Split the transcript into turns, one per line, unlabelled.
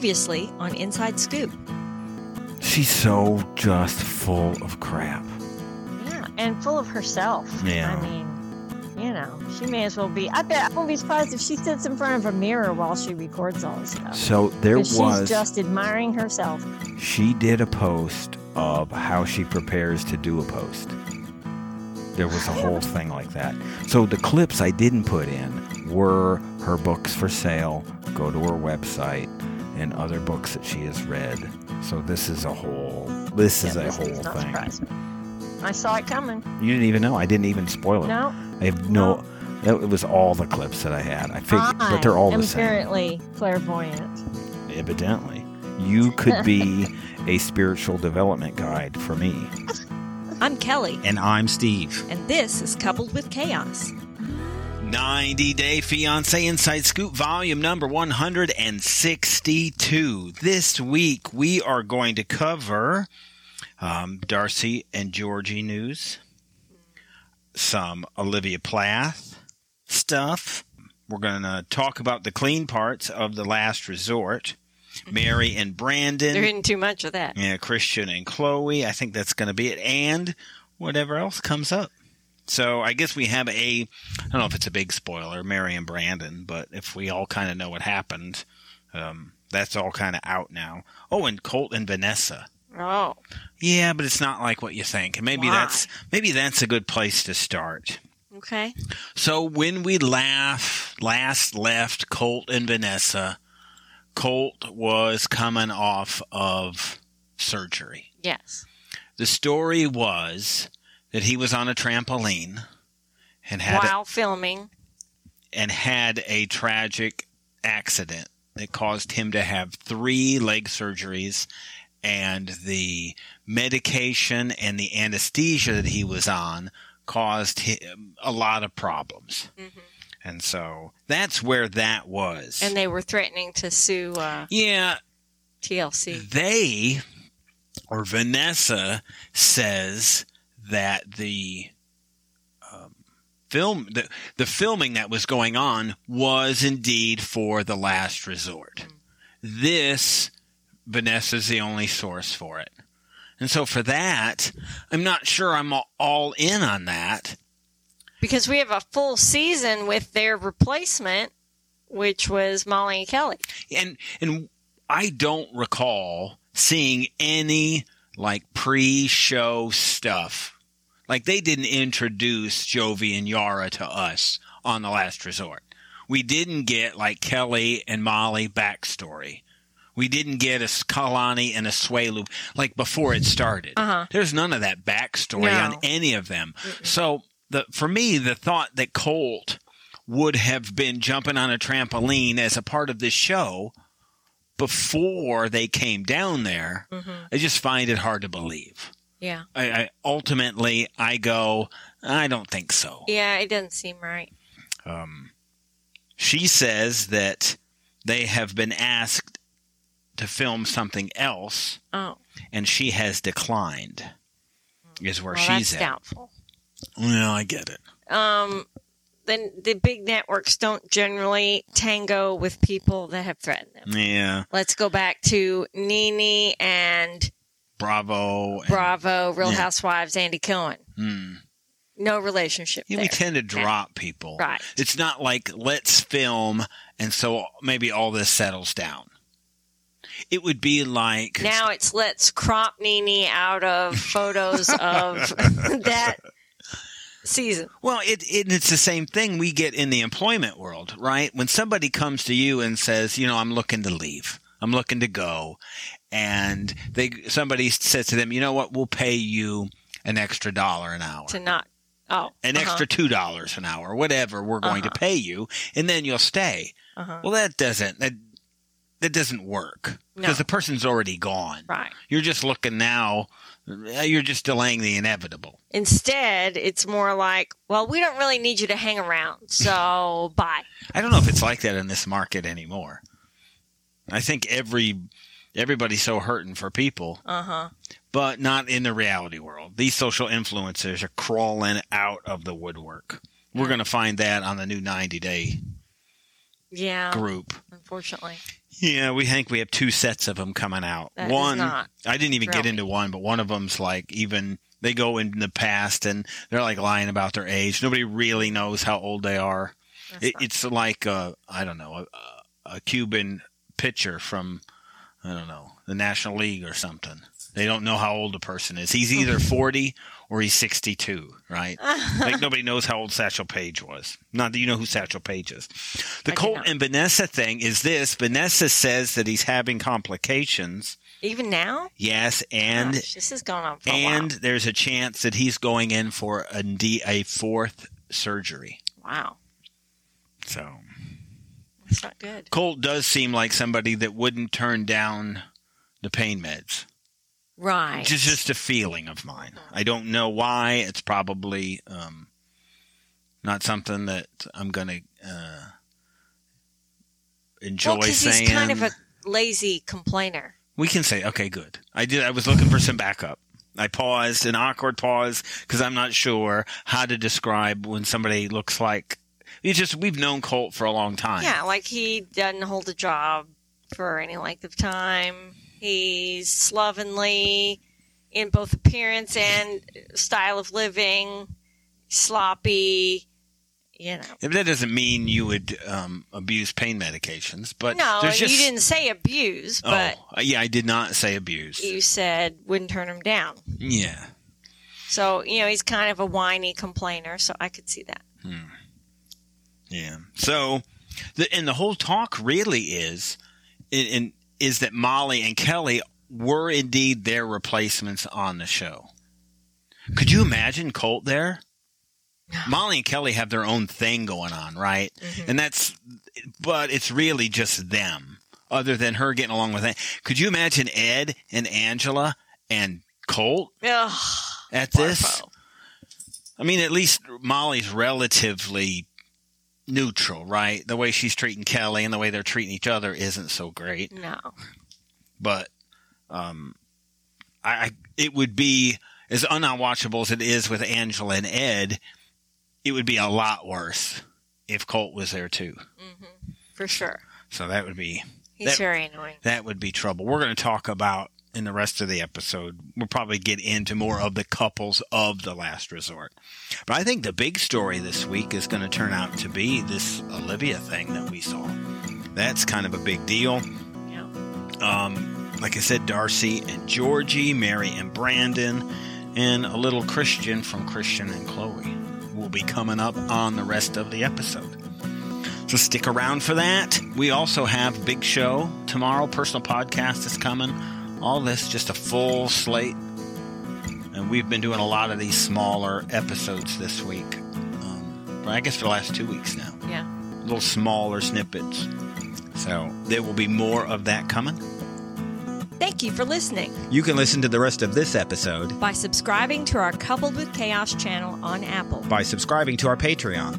Previously on Inside Scoop.
She's so just full of crap.
Yeah, and full of herself.
Yeah.
I mean, you know, she may as well be. I bet I won't be surprised if she sits in front of a mirror while she records all this stuff.
So there
'Cause
was,
She's just admiring herself.
she did a post of how she prepares to do a post. There was a whole thing like that. So the clips I didn't put in were her books for sale, go to her website, and other books that she has read. So this is a whole, this is
Yeah,
a
this
whole
does not
thing.
surprise me. I saw it coming.
You didn't even know. I didn't even spoil it.
No,
I have no, it was all the clips that I had. I figured,
I
but they're all
am
the same.
apparently clairvoyant.
Evidently. You could be a spiritual development guide for me.
I'm Kelly,
And I'm Steve.
and this is Coupled with Chaos.
90 Day Fiance Inside Scoop, volume number 162. This week we are going to cover um, Darcy and Georgie news, some Olivia Plath stuff. We're going to talk about the clean parts of The Last Resort, Mary and Brandon.
There isn't too much of that.
Yeah, Christian and Chloe. I think that's going to be it, and whatever else comes up. So I guess we have a. I don't know if it's a big spoiler, Mary and Brandon, but if we all kind of know what happened, um, that's all kind of out now. Oh, and Colt and Vanessa.
Oh,
Yeah, but it's not like what you think. And Maybe
Why?
that's maybe that's a good place to start.
okay.
So when we laugh last left Colt and Vanessa, Colt was coming off of surgery.
Yes.
The story was that he was on a trampoline and had
While filming.
and had a tragic accident that caused him to have three leg surgeries and the medication and the anesthesia that he was on caused him a lot of problems.
Mm-hmm.
And so that's where that was.
And they were threatening to sue uh,
yeah,
TLC.
they or Vanessa says that the um, film the, the filming that was going on was indeed for the last resort. This Vanessa's the only source for it. And so for that, I'm not sure I'm all- all in on that.
Because we have a full season with their replacement, which was Molly and Kelly.
and and I don't recall seeing any like pre-show stuff. Like they didn't introduce Jovi and Yara to us on the last resort. We didn't get like Kelly and Molly backstory. We didn't get a Kalani and a Swelu like before it started.
Uh-huh.
There's none of that backstory
No.
on any of them. So the for me the thought that Colt would have been jumping on a trampoline as a part of this show before they came down there, I just find it hard to believe.
Mm-hmm. Yeah.
I, I ultimately I go, I don't think so.
Yeah, it doesn't seem right.
Um, she says that they have been asked to film something else,
Oh,
and she has declined. Is where
well,
she's
that's
at.
doubtful.
Well, I get it.
Um, then the big networks don't generally tango with people that have threatened
Mm.
them.
Yeah,
Let's go back to Nene and
Bravo. and-
Bravo, Real
Yeah.
Housewives, Andy Cohen.
Hmm.
No relationship
Yeah,
there.
we tend to drop people.
right.
It's not like let's film and so maybe all this settles down. It would be like
Now it's let's crop Nene out of photos of that season.
well, it, it it's the same thing we get in the employment world, right? When somebody comes to you and says, you know, I'm looking to leave, I'm looking to go, and they somebody says to them, you know what, we'll pay you an extra dollar an hour.
to not oh
an
uh-huh,
extra two dollars an hour, whatever we're going
Uh-huh.
to pay you, and then you'll stay.
uh-huh.
Well, that doesn't that that doesn't work
No.
because the person's already gone.
right
You're just looking now. uh, You're just delaying the inevitable.
instead it's more like well we don't really need you to hang around so bye
I don't know if it's like that in this market anymore. I think every everybody's so hurting for people,
uh-huh
but not in the reality world. These social influencers are crawling out of the woodwork. We're going to find that on the new 90 day
yeah
group.
unfortunately
Yeah, we think we have two sets of them coming out.
That is
one,
not
I didn't even get
thrilling.
into one, but one of them's like even they go in the past and they're like lying about their age. Nobody really knows how old they are.
that's
It,
not-
it's like I I don't know a, a Cuban pitcher from I don't know the National League or something. They don't know how old a person is. He's either forty or he's sixty-two, right? like nobody knows how old Satchel Paige was. Not that you know who Satchel Paige is. The
I do
Colt
not.
and Vanessa thing is this: Vanessa says that he's having complications.
Even now?
Yes, and
Gosh, Oh, this has gone on for
and there's a chance that he's going in for a, D- a fourth surgery.
a while. Wow.
So
That's not good.
Colt does seem like somebody that wouldn't turn down the pain meds.
Right.
It's just a feeling of mine. I don't know why. It's probably um, not something that I'm going to uh, enjoy
well, because
saying.
he's kind of a lazy complainer.
we can say, okay, good. I did. I was looking for some backup. I paused, an awkward pause, because I'm not sure how to describe when somebody looks like. It's just we've known Colt for a long time.
Yeah, like he doesn't hold a job for any length of time. He's slovenly in both appearance and style of living, sloppy, you know.
But That doesn't mean you would um, abuse pain medications, but
No,
there's just
you didn't say abuse, but
oh yeah, I did not say abuse.
you said wouldn't turn him down.
yeah,
So, you know, he's kind of a whiny complainer, so I could see that.
yeah. So, the, and the whole talk really is, in, in, is that Molly and Kelly were indeed their replacements on the show. Could you imagine Colt there? Molly and Kelly have their own thing going on, right? And that's, but it's really just them. Other than her getting along with it, could you imagine Ed and Angela and Colt
Ugh,
at this?
Barfo.
I mean, at least Molly's relatively neutral, right? The way she's treating Kelly and the way they're treating each other isn't so great.
No.
But um, I, I it would be as unwatchable as it is with Angela and Ed. It would be a lot worse if Colt was there too.
hmm For sure.
So that would be
He's
That-
very annoying.
that would be trouble. We're going to talk about in the rest of the episode. We'll probably get into more of the couples of the last resort. But I think the big story this week is going to turn out to be this Olivia thing that we saw. That's kind of a big deal.
Yeah.
Um, like I said, Darcy and Georgie, Mary and Brandon, and a little Christian from Christian and Chloe will be coming up on the rest of the episode. So stick around for that. We also have Big Show tomorrow. Personal podcast is coming. All this, just a full slate. And we've been doing a lot of these smaller episodes this week. Um, I guess for the last two weeks now
Yeah.
little smaller snippets. So there will be more of that coming.
Thank you for listening.
You can listen to the rest of this episode
by subscribing to our Coupled with Chaos channel on Apple
by subscribing to our Patreon